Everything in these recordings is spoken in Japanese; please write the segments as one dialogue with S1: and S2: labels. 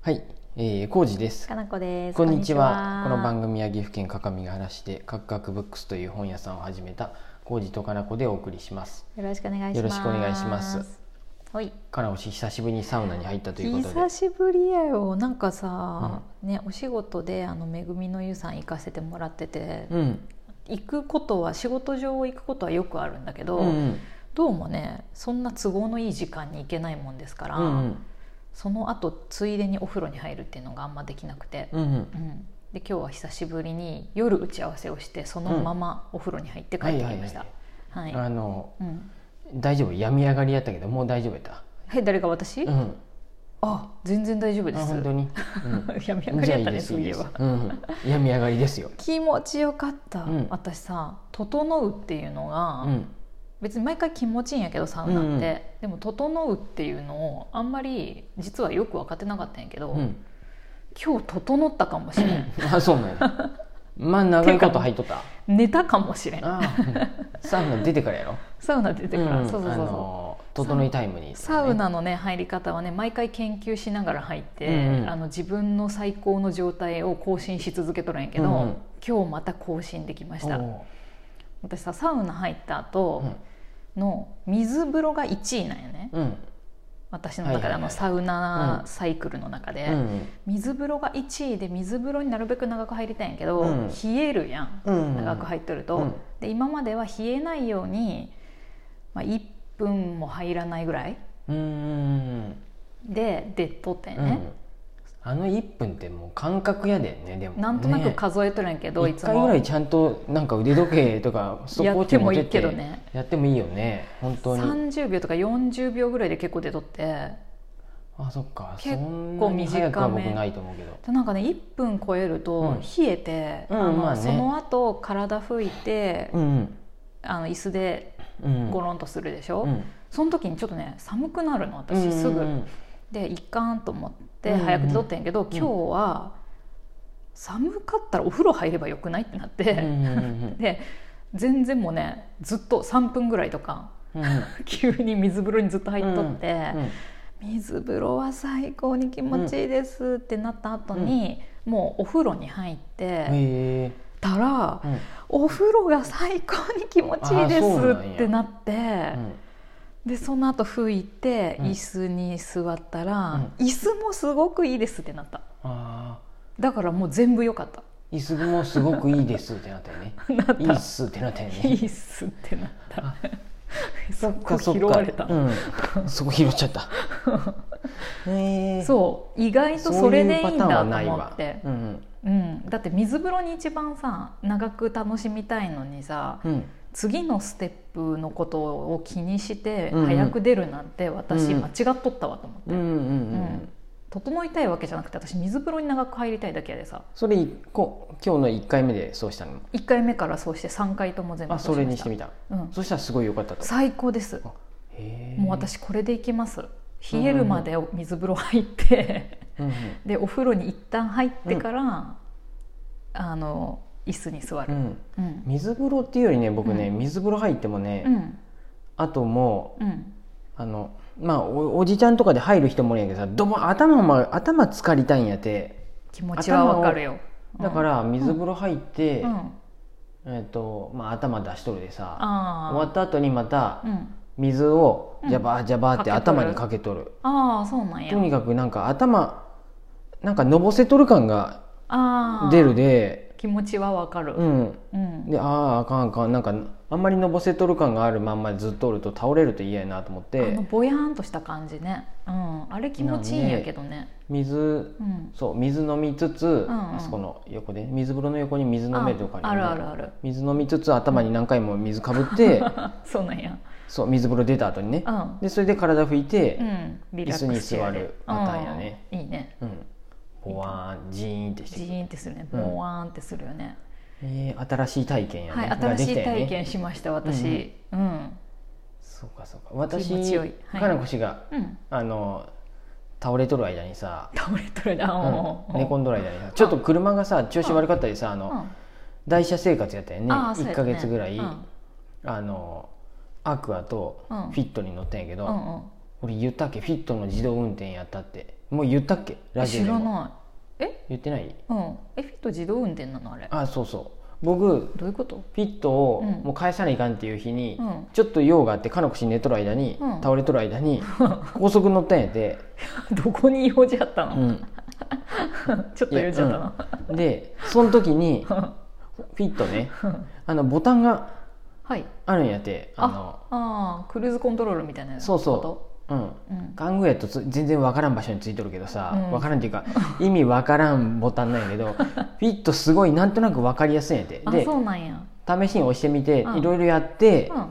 S1: はい、えー、康二です
S2: か。なこです。
S1: こんにちは。この番組は岐阜県各務原市でカクカクブックスという本屋さんを始めた康二とかなこでお送りします。
S2: 組よろしくお願いします。
S1: よろしくお願いします。
S2: はい。
S1: かなこ氏久しぶりにサウナに入ったということで
S2: 久、しぶりやよ。なんかさ、ねお仕事であのめぐみの湯さん行かせてもらってて、
S1: うん、
S2: 行くことは仕事上行くことはよくあるんだけ
S1: う
S2: ど、
S1: んうん
S2: どうもねそんな都合のいい時間に行けないもんですから、
S1: うんうん
S2: その後ついでにお風呂に入るっていうのがあんまできなくて、
S1: うんうん
S2: うんで今日は久しぶりに夜打ち合わせをしてそのままお風呂に入って帰ってきました。はい
S1: あの
S2: うん
S1: 大丈夫、病み上がりやったけどもう大丈夫やった。
S2: え誰が私、
S1: うん、
S2: あ全然大丈夫で
S1: あ
S2: す
S1: 本 当に。
S2: 病
S1: う
S2: み上
S1: ん、
S2: がり
S1: じゃあ
S2: やっ
S1: いい
S2: た
S1: で
S2: ね
S1: す
S2: そ
S1: いうい
S2: いえ
S1: です
S2: ば。
S1: うん、病み上がりですよ。
S2: 気持ちよかった、
S1: うん
S2: 私さ「整う」っていうのが、
S1: うん、
S2: 別に毎回気持ちいいんやけどサウナって、でも「整う」っていうのをあんまり実はよく分かってなかったんやけど、
S1: うん、
S2: 今日整ったかもしれん
S1: あそうなんや。まあ長いこと入っとった。
S2: 寝たかもしれん
S1: ああ、サウナ出てからやろ。
S2: サウナ出てから、
S1: うん
S2: そうそうそう
S1: あ
S2: そう。
S1: の整いタイムに、
S2: サウナのね入り方はね毎回研究しながら入って、
S1: うんうん
S2: あの自分の最高の状態を更新し続けとるんやけど、
S1: うんうん
S2: 今日また更新できま
S1: で
S2: した私さサウナ入った後
S1: うん
S2: の水風呂が1位なんよね、
S1: うん
S2: 私の中で、
S1: はいはいはい
S2: あのサウナ
S1: うん
S2: サイクルの中で、
S1: うん
S2: 水風呂が1位で水風呂になるべく長く入りたいんやけど、
S1: うん
S2: 冷えるやん、
S1: うん
S2: 長く入っとると、
S1: うん
S2: で今までは冷えないように、まあ、1分も入らないぐらい
S1: うんうん
S2: で出とってん
S1: う
S2: ね
S1: ん、あの1分ってもう感覚やでねでもね
S2: なんとなく数えとるんやけど、い
S1: 一
S2: つ
S1: 回ぐ
S2: も
S1: らいちゃんとなんか腕時計とかストップウォッチ持ってって
S2: やってもいいけどね
S1: やってもいいよね本当に
S2: 30秒とか40秒ぐらいで結構出とって
S1: あそっか
S2: 結構
S1: そんなに早くは僕ないと思うけど
S2: でなんかね1分超える
S1: う
S2: と
S1: ん
S2: 冷えて、
S1: うん
S2: あの
S1: まあね
S2: その後体拭いて、
S1: うん
S2: あの椅子で
S1: うん
S2: ゴロンとするでしょ、
S1: うん
S2: その時にちょっとね寒くなるの
S1: う
S2: 私
S1: ん
S2: すぐ、
S1: うん
S2: でいかんと思って
S1: うん
S2: 早く取ってんやけど、
S1: ん
S2: 今日は寒かったらお風呂入ればよくないってなって、
S1: うんうん
S2: で全然もうねずっと3分ぐらいとか
S1: うんうん
S2: 急に水風呂にずっと入っとって。
S1: うん
S2: 水風呂は最高に気持ちいいですってなった後に、もうお風呂に入って
S1: へえ
S2: たら、
S1: うん
S2: お風呂が最高に気持ちいいです
S1: あそうなんや
S2: ってなって
S1: うん
S2: でその後拭いて
S1: うん
S2: 椅子に座ったら、椅子もすごくいいですってなった
S1: ああ
S2: だからもう全部良かった
S1: 椅子もすごくいいですってなったよ ね
S2: なった
S1: いいっすってなったよ
S2: い
S1: ね
S2: いっすってなった
S1: あ
S2: そ
S1: そっか
S2: こ
S1: そっ
S2: 拾
S1: か
S2: われた
S1: うん、そこ拾っちゃった へえ
S2: そう意外とそれでいいんだと
S1: そういうパター
S2: 思って
S1: ンはないわうん
S2: うん、だって水風呂に一番さ長く楽しみたいのにさ、
S1: うん
S2: 次のステップのことを気にして
S1: うんうん
S2: 早く出るなんて私
S1: うん
S2: 間違っとったわと思って、
S1: うんうんうんうん
S2: うん整いたいわけじゃなくて私水風呂に長く入りたいだけやでさ
S1: それこ今日の1回目でそうしたの
S2: 1回目からそうして3回とも全部
S1: あそれにしてみた
S2: た、うん、
S1: そしたらすごい良かったと
S2: 最高です
S1: あへえ
S2: もう私これでいきます冷えるまで水風呂入って、
S1: うんうん
S2: でお風呂に一旦入ってから、あの椅子に座
S1: う
S2: る、
S1: ん
S2: うん
S1: 水風呂っていうよりね僕ね、
S2: う
S1: 水風呂入ってもね、
S2: うん
S1: あともう
S2: うん
S1: あのまあおおじちゃんとかで入る人もいるんやけどさどうも頭も頭浸かりたいんやって
S2: 気持ちはわかるよ
S1: だか、ら水風呂入って、
S2: うんうん、
S1: えっとまあ、頭出しとるでさ
S2: あー
S1: 終わった後にまた
S2: うん、
S1: 水を
S2: うん
S1: ジャバージャバーって
S2: かけとる
S1: 頭にかけとる、
S2: ああそうなんや
S1: とにかくなんか頭なんかのぼせとる感が
S2: ああ
S1: 出るで
S2: 気持ちはわかる
S1: う
S2: うんん
S1: であああかんあかんなんかあんまりのぼせとる感があるまんまでずっとおると倒れると嫌やなと思っ
S2: あ
S1: て
S2: のぼやーんとした感じねうんあれ気持ちいいんやけどね
S1: 水
S2: うん
S1: そう水飲みつつ、
S2: んう
S1: あ
S2: ん
S1: そこの横で水風呂の横に水飲めるとか
S2: ああるあるある
S1: 水飲みつつ頭に何回も水かぶ って、
S2: そうなんや
S1: そう水風呂出た後にね、
S2: うん
S1: でそれで体拭いて、
S2: うんリラックスして
S1: 椅子に座るパターンやね
S2: うんいいね
S1: うん、ボワーンジーンってして
S2: ジ
S1: くる、
S2: ーンってするね
S1: うん
S2: ボワーンってするよね
S1: えー新しい体験やね、
S2: はい
S1: が
S2: 新
S1: で
S2: し
S1: き
S2: い
S1: たよね
S2: 体験しました私うん
S1: そうかそうか私
S2: 気持ちよいはい
S1: かなこ氏が
S2: うん
S1: あの倒れとる間にさ、
S2: 倒れとるな
S1: うん
S2: うん
S1: 寝込んどる間にさちょっと車がさ調子悪かったりさあの、
S2: うん
S1: 台車生活やったよね
S2: あーそうや
S1: 1
S2: った
S1: か
S2: ね
S1: 月ぐらい、
S2: うん
S1: あのアクアとフ
S2: うん
S1: ィットに乗ったんやけど、
S2: うんうん
S1: 俺言ったっけフィットの自動運転やったってもう言ったっけラジオ
S2: 知
S1: で
S2: ら
S1: も
S2: ないえ
S1: 言ってない
S2: うんえフィット自動運転なのあれ
S1: あそうそう僕
S2: どういうこと
S1: フィットを
S2: うん
S1: もう返さないかんっていう日に、
S2: うん
S1: ちょっと用があってかのこし寝とる間に、
S2: うん
S1: 倒れとる間 に高速乗ったんやて、
S2: どこに用事あった
S1: う
S2: の、
S1: ん、
S2: ちょっと用事あったな、
S1: でその時にフィットねあのボタンが
S2: はい
S1: あるんやてあの
S2: ああークルーズコントロールみたいな
S1: そう
S2: こ
S1: そう、うん、
S2: とうん
S1: 玩具やとつ全然わからん場所についとるけどさ、
S2: うん
S1: わからんっていうか意味わからんボタンなんやけ どフィットすごいなんとなくわかりやすいんやて
S2: あ
S1: で
S2: そうなんや
S1: 試しに押してみて
S2: うん
S1: いろいろやって
S2: うん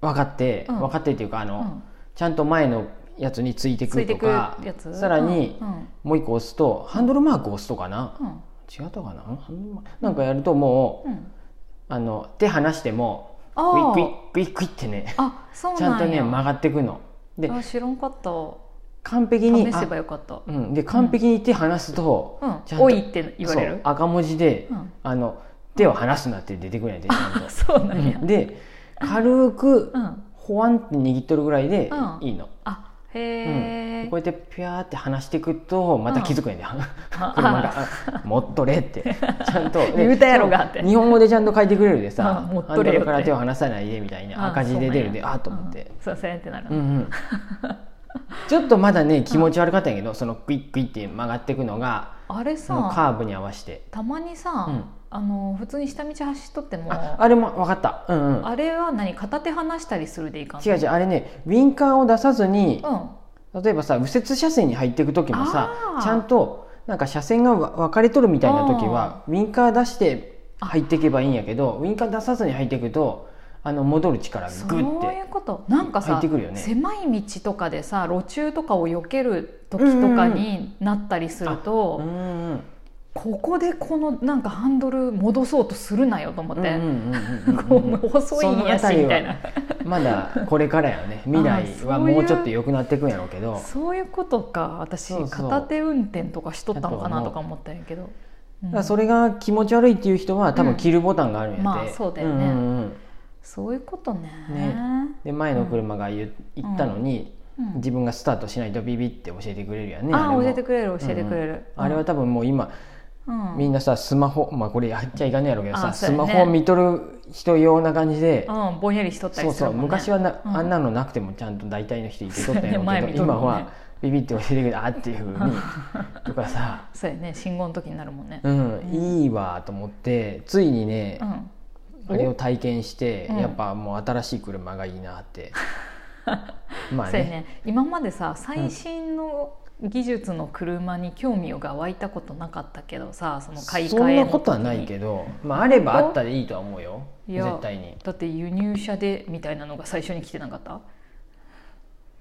S1: 分かって、
S2: うん
S1: 分かってっていうかあの、
S2: うん
S1: ちゃんと前のやつについてく
S2: つい
S1: る
S2: て
S1: と
S2: くる
S1: か
S2: やつ
S1: さらに
S2: うんうん
S1: もう一個押すと、ハンドルマーク押すとかな
S2: うん
S1: 違ったかなハンドルマークなんかやるともう、
S2: うん
S1: あの手離しても
S2: あ
S1: クイッ
S2: ー
S1: クイックイックイってね
S2: あそうなん
S1: ち
S2: や
S1: ゃんとね曲がってくので
S2: あ知らんかった
S1: 完璧に
S2: 試せば
S1: あ
S2: よかった
S1: うん、で完璧に手離すと、
S2: うん
S1: ちゃんと
S2: おいって言われ
S1: そう
S2: る
S1: 赤文字で、
S2: うん
S1: あの手を離すなって出てくるんやでちゃん
S2: あ そうな
S1: と
S2: んや
S1: うんで軽く
S2: うん
S1: ほわんって握っとるぐらいで
S2: うん
S1: いいの、
S2: あ
S1: うん
S2: へえ
S1: こうやってピャーって離していくとまた気づくんやで、
S2: あ
S1: 車が「もっとれ」 ってちゃんと
S2: 言うたやろがって
S1: そう日本語でちゃんと書いてくれるでさ
S2: あもっ
S1: ハ
S2: と
S1: ンド
S2: れよ
S1: ル
S2: って
S1: から手を離さないで」みたいな赤字で出るであ
S2: あ
S1: あと思って、
S2: そうせんってなる
S1: うん
S2: な
S1: うん、ちょっとまだね気持ち悪かったんやけどそのクイックイって曲がっていくのが
S2: あれ
S1: その
S2: さ
S1: カーブに合わせて
S2: たまにさ
S1: うん
S2: あの普通に下道走っとっても
S1: ああれも分かったうんうん
S2: あれは何片手離したりするでいいかん
S1: 違う違うあれねウィンカーを出さずに
S2: う、ん
S1: 例えばさ右折車線に入っていく時もさ
S2: あー
S1: ちゃんとなんか車線がわ分かれとるみたいな時はウィンカー出して入っていけばいいんやけどウィンカー出さずに入っていくとあの戻る力がグ
S2: そう
S1: ッ
S2: い
S1: て
S2: うことなんか
S1: 入っ
S2: さ、
S1: てくるよね
S2: 狭い道とかでさ路中とかを避ける時とかになったりすると、
S1: うんうん
S2: ここでこのなんかハンドル戻そうとするなよと思
S1: う
S2: っ
S1: んうんう
S2: て、
S1: ん
S2: こ
S1: うんうん
S2: う細いんやし
S1: その辺りは
S2: みたいな
S1: まだこれからよね未
S2: あ
S1: 来
S2: ーそうい
S1: は
S2: う
S1: もうちょっと良くなっていくんやろうけど
S2: そういうことか私
S1: そうそう
S2: 片手運転とかしとったのかな
S1: だ
S2: と
S1: と
S2: か思ったんやけど、う
S1: だ
S2: ん
S1: からそれが気持ち悪いっていう人は多分切るボタンがあるんやって、
S2: うんまあそうだよね
S1: んうんうん
S2: そういうことね
S1: ねで前の車が言,、言ったのに、
S2: うん
S1: 自分がスタートしないとビビって教えてくれるやんね
S2: あ
S1: れ
S2: あ
S1: も
S2: 教えてくれる教えてくれる、
S1: うんあれは多分もう今、
S2: うん
S1: みんなさスマホまあこれやっちゃいかんねやろうけどさ、
S2: あそ
S1: ス
S2: うやね
S1: マホを見とる人用な感じで、
S2: うん、ぼんやりしとった
S1: そ
S2: り
S1: う
S2: す
S1: そ
S2: る
S1: う
S2: もん、ね、
S1: 昔はな、
S2: うん
S1: あんなのなくてもちゃんと大体の人いてとったんやろう
S2: そうや
S1: けど、
S2: ね前見とるも
S1: 今
S2: んね
S1: はビビって教えてくれるあっていうふうにとかさ、
S2: そうやね信号の時になるもんね
S1: うん
S2: うん
S1: いいわと思ってついにね、
S2: うん
S1: あれを体験して、
S2: うん
S1: やっぱもう新しい車がいいなって まあ
S2: そうや
S1: ね
S2: ね今までさ最新の技術の車に興味が湧いたことなかったけどさその買い
S1: そ
S2: 替
S1: ん
S2: え
S1: な
S2: の時に
S1: ことはないけど、まあ、あればあったでいいとは思うよ
S2: いや
S1: 絶対に
S2: だって輸入車でみたいなのが最初に来てなかった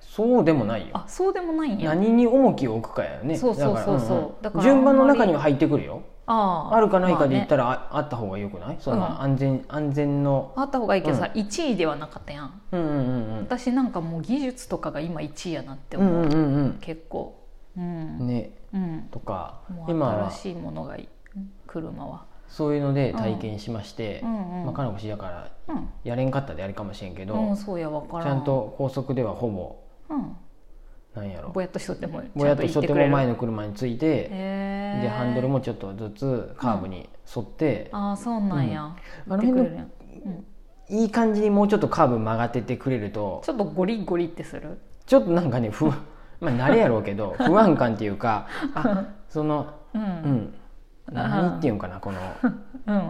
S1: そうでもないよ
S2: あそうでもないんや
S1: 何に重きを置くかやよね
S2: そうそうそうそう
S1: だ
S2: だ
S1: か
S2: からら
S1: 順番の中
S2: あんまり
S1: には入ってくるよ
S2: あ
S1: あるかないかで言った
S2: ら、
S1: らあ,、あった方がよくないそん
S2: う
S1: なん安全、安全の
S2: まあねあった方がいいけどさ、1位ではなかったやん
S1: うんうんうん
S2: 私なんかもう技術とかが今1位やなって
S1: う
S2: 思
S1: ん
S2: う、
S1: うんうん
S2: 結構う
S1: うん
S2: ん、
S1: ね
S2: うん
S1: とか
S2: も
S1: 今
S2: う
S1: は
S2: 新しいものがいい車は
S1: そういうので体験しまして、
S2: うんうん
S1: まあ、かなこしだから
S2: うん
S1: やれんかったであれかもしれんけど、
S2: うん、
S1: ち
S2: そうやわからん
S1: ゃん、と高速ではほぼ
S2: うん、
S1: なんやろ
S2: ぼやっとしとっても
S1: ぼやっとしとっても前の車について、
S2: で
S1: でハンドルもちょっとずつカーブに沿って、
S2: ああそうなんや、
S1: うんあの
S2: 言って
S1: 辺の
S2: くれるやんうん
S1: いい感じにもうちょっとカーブ曲がってってくれると
S2: ちょっとゴリゴリってする
S1: ちょっとなんかね不 安まあ慣れやろうけど不安感っていう かあその
S2: うん
S1: う
S2: うん
S1: ん何っていうんかなこの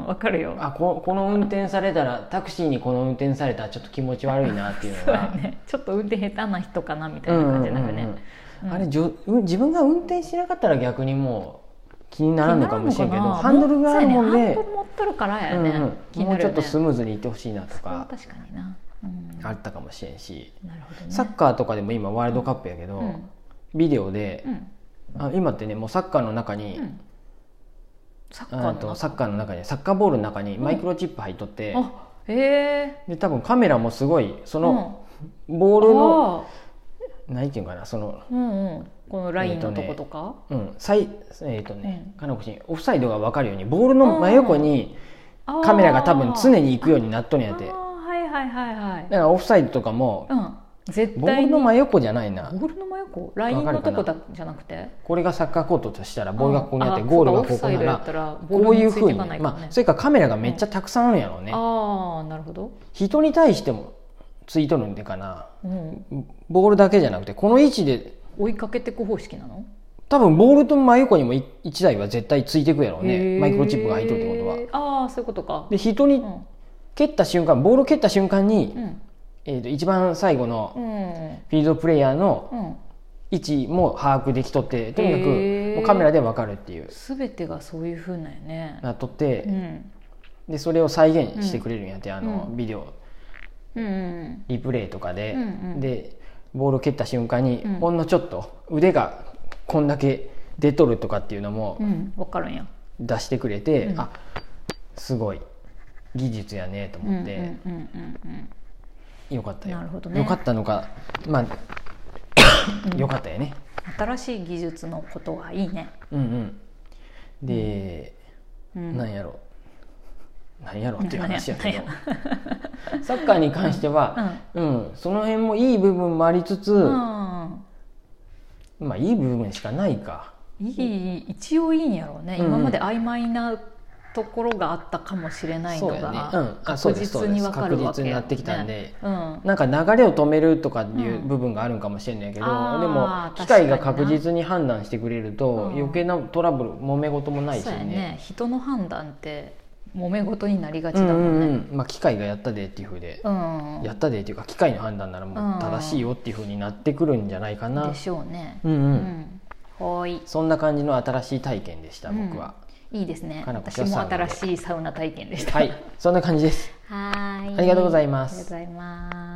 S2: わ、かるよ
S1: あここの運転されたらタクシーにこの運転されたらちょっと気持ち悪いなっていうの
S2: そうや
S1: が
S2: ねちょっと運転下手な人かなみた
S1: う
S2: い
S1: ん
S2: な
S1: うんう
S2: 感じになるね、
S1: んう
S2: うんん
S1: あれじょうん自分が運転しなかったら逆にもう気にならんのかもしれんけ
S2: 気
S1: ど
S2: にな
S1: ハンドルがあるもん
S2: そうやね
S1: で
S2: ハンドル持っとるから
S1: う
S2: や
S1: ん
S2: ね、
S1: う
S2: 気
S1: ん
S2: に
S1: もう
S2: なる
S1: ち
S2: よ
S1: ょっと
S2: ね
S1: スムーズにいってほしいなと
S2: それは
S1: か
S2: 確かにな、うん、
S1: あったかもしれんし
S2: なるほどね
S1: サッカーとかでも今ワールドカップやけど
S2: うん
S1: ビデオで
S2: うん
S1: あ今ってねもうサッカーの中に、
S2: うんサッカー
S1: あ
S2: の
S1: と
S2: 中
S1: サッカーの中にサッカーボールの中に
S2: ん
S1: マイクロチップ入っとって、
S2: あえ
S1: で多分カメラもすごいそ
S2: ー、
S1: の
S2: うん
S1: ボールの、
S2: あー
S1: 何て言うかなその
S2: うんうん、このラインのとことか、
S1: うん最えっ、とね、
S2: う
S1: かのこしんオフサイドが分かるようにボールの真横にカメラが多分常
S2: に
S1: に行くようになっとるんやてだか
S2: はいはいはいはい
S1: らオフサイドとかも
S2: うん絶
S1: ボ
S2: 対
S1: ール
S2: に
S1: の真横じゃないな
S2: ボールの真横ラインのとこだじゃなくて
S1: これがサッカーコートとしたらボールがここにあって
S2: うん
S1: ゴールが
S2: あそう
S1: こ
S2: か
S1: こ
S2: オフサイ
S1: な
S2: ドや
S1: ら
S2: ったらボ
S1: こう
S2: ール
S1: い
S2: に
S1: う
S2: つ
S1: ふう
S2: て
S1: に
S2: かないから
S1: ま
S2: ね
S1: あそれからカメラがめっちゃたくさんあるんやろうね
S2: ああなるほど、
S1: 人に対してもついとるんでかな
S2: うん、
S1: ボールだけじゃなくてこの位置で
S2: 追いかけてく方式なの
S1: 多分ボールと真横にも1台は絶対ついてくやろう
S2: へ
S1: ね
S2: ー
S1: マイクロチップが入っとるってことは
S2: ああそういうことか
S1: で人に
S2: うん
S1: 蹴った瞬間ボール蹴った瞬間に、
S2: うん
S1: えー、と一番最後の
S2: うん
S1: フィールドプレイヤーの
S2: うん
S1: 位置も把握できとってとにかく
S2: へー
S1: もうカメラで分かるっていう
S2: 全てがそういうふうなんやね
S1: なっとっ
S2: う
S1: て
S2: ん
S1: でそれを再現してくれるんやってあの
S2: うん
S1: ビデオ
S2: うんうん
S1: リプレイとかで
S2: うんうん
S1: でボール蹴った瞬間に
S2: うん
S1: ほんのちょっと腕がこんだけ出とるとかっていうのも
S2: うん分かるんや
S1: 出してくれて、
S2: うん
S1: あすごい技術やねと思って、
S2: うんうんうん
S1: よかったよ
S2: なるほどね
S1: よかったのかまあ、
S2: うん
S1: よかったよね
S2: うん新しい技術のことはいいね
S1: うんうんで、
S2: うん
S1: なんやろなんやろっていう話やけど
S2: なんや
S1: サッカーに関しては、うんその辺もいい部分もありつつ、
S2: うんうん
S1: まあいい部分しかないか
S2: いい一応いいんやろうね、
S1: うんうん
S2: 今まで曖昧なところがあったかもしれないの
S1: そうやねうん
S2: が
S1: あそう
S2: 確
S1: です
S2: 実に分か
S1: そう
S2: るわけやね、
S1: です確実になってきたんで
S2: うん、
S1: なんか流れを止めるとかいううん部分があるんかもしれないけど、
S2: あー
S1: でも機
S2: 確かに
S1: 械
S2: な
S1: が確実に判断してくれると、
S2: うん
S1: 余計なトラブル揉め事もないし
S2: そう
S1: ね
S2: やね人の判断って揉め事になりがち
S1: う
S2: だ
S1: んう
S2: もん
S1: ん
S2: ね、
S1: うんまあ、機械がやったでっていうふうで、
S2: うん
S1: やったでっていうか機械の判断ならもう正しいよっていうふうになってくるんじゃないかな
S2: で、しょうね、
S1: うんうん
S2: うんはーい
S1: そんな感じの新しい体験でした僕は、
S2: いいですね
S1: かなこち
S2: 私
S1: ゃ
S2: も
S1: さんで
S2: 新しいサウナ体験でした
S1: はいそんな感じです
S2: はーい
S1: ありがとうございます
S2: ありがとうございます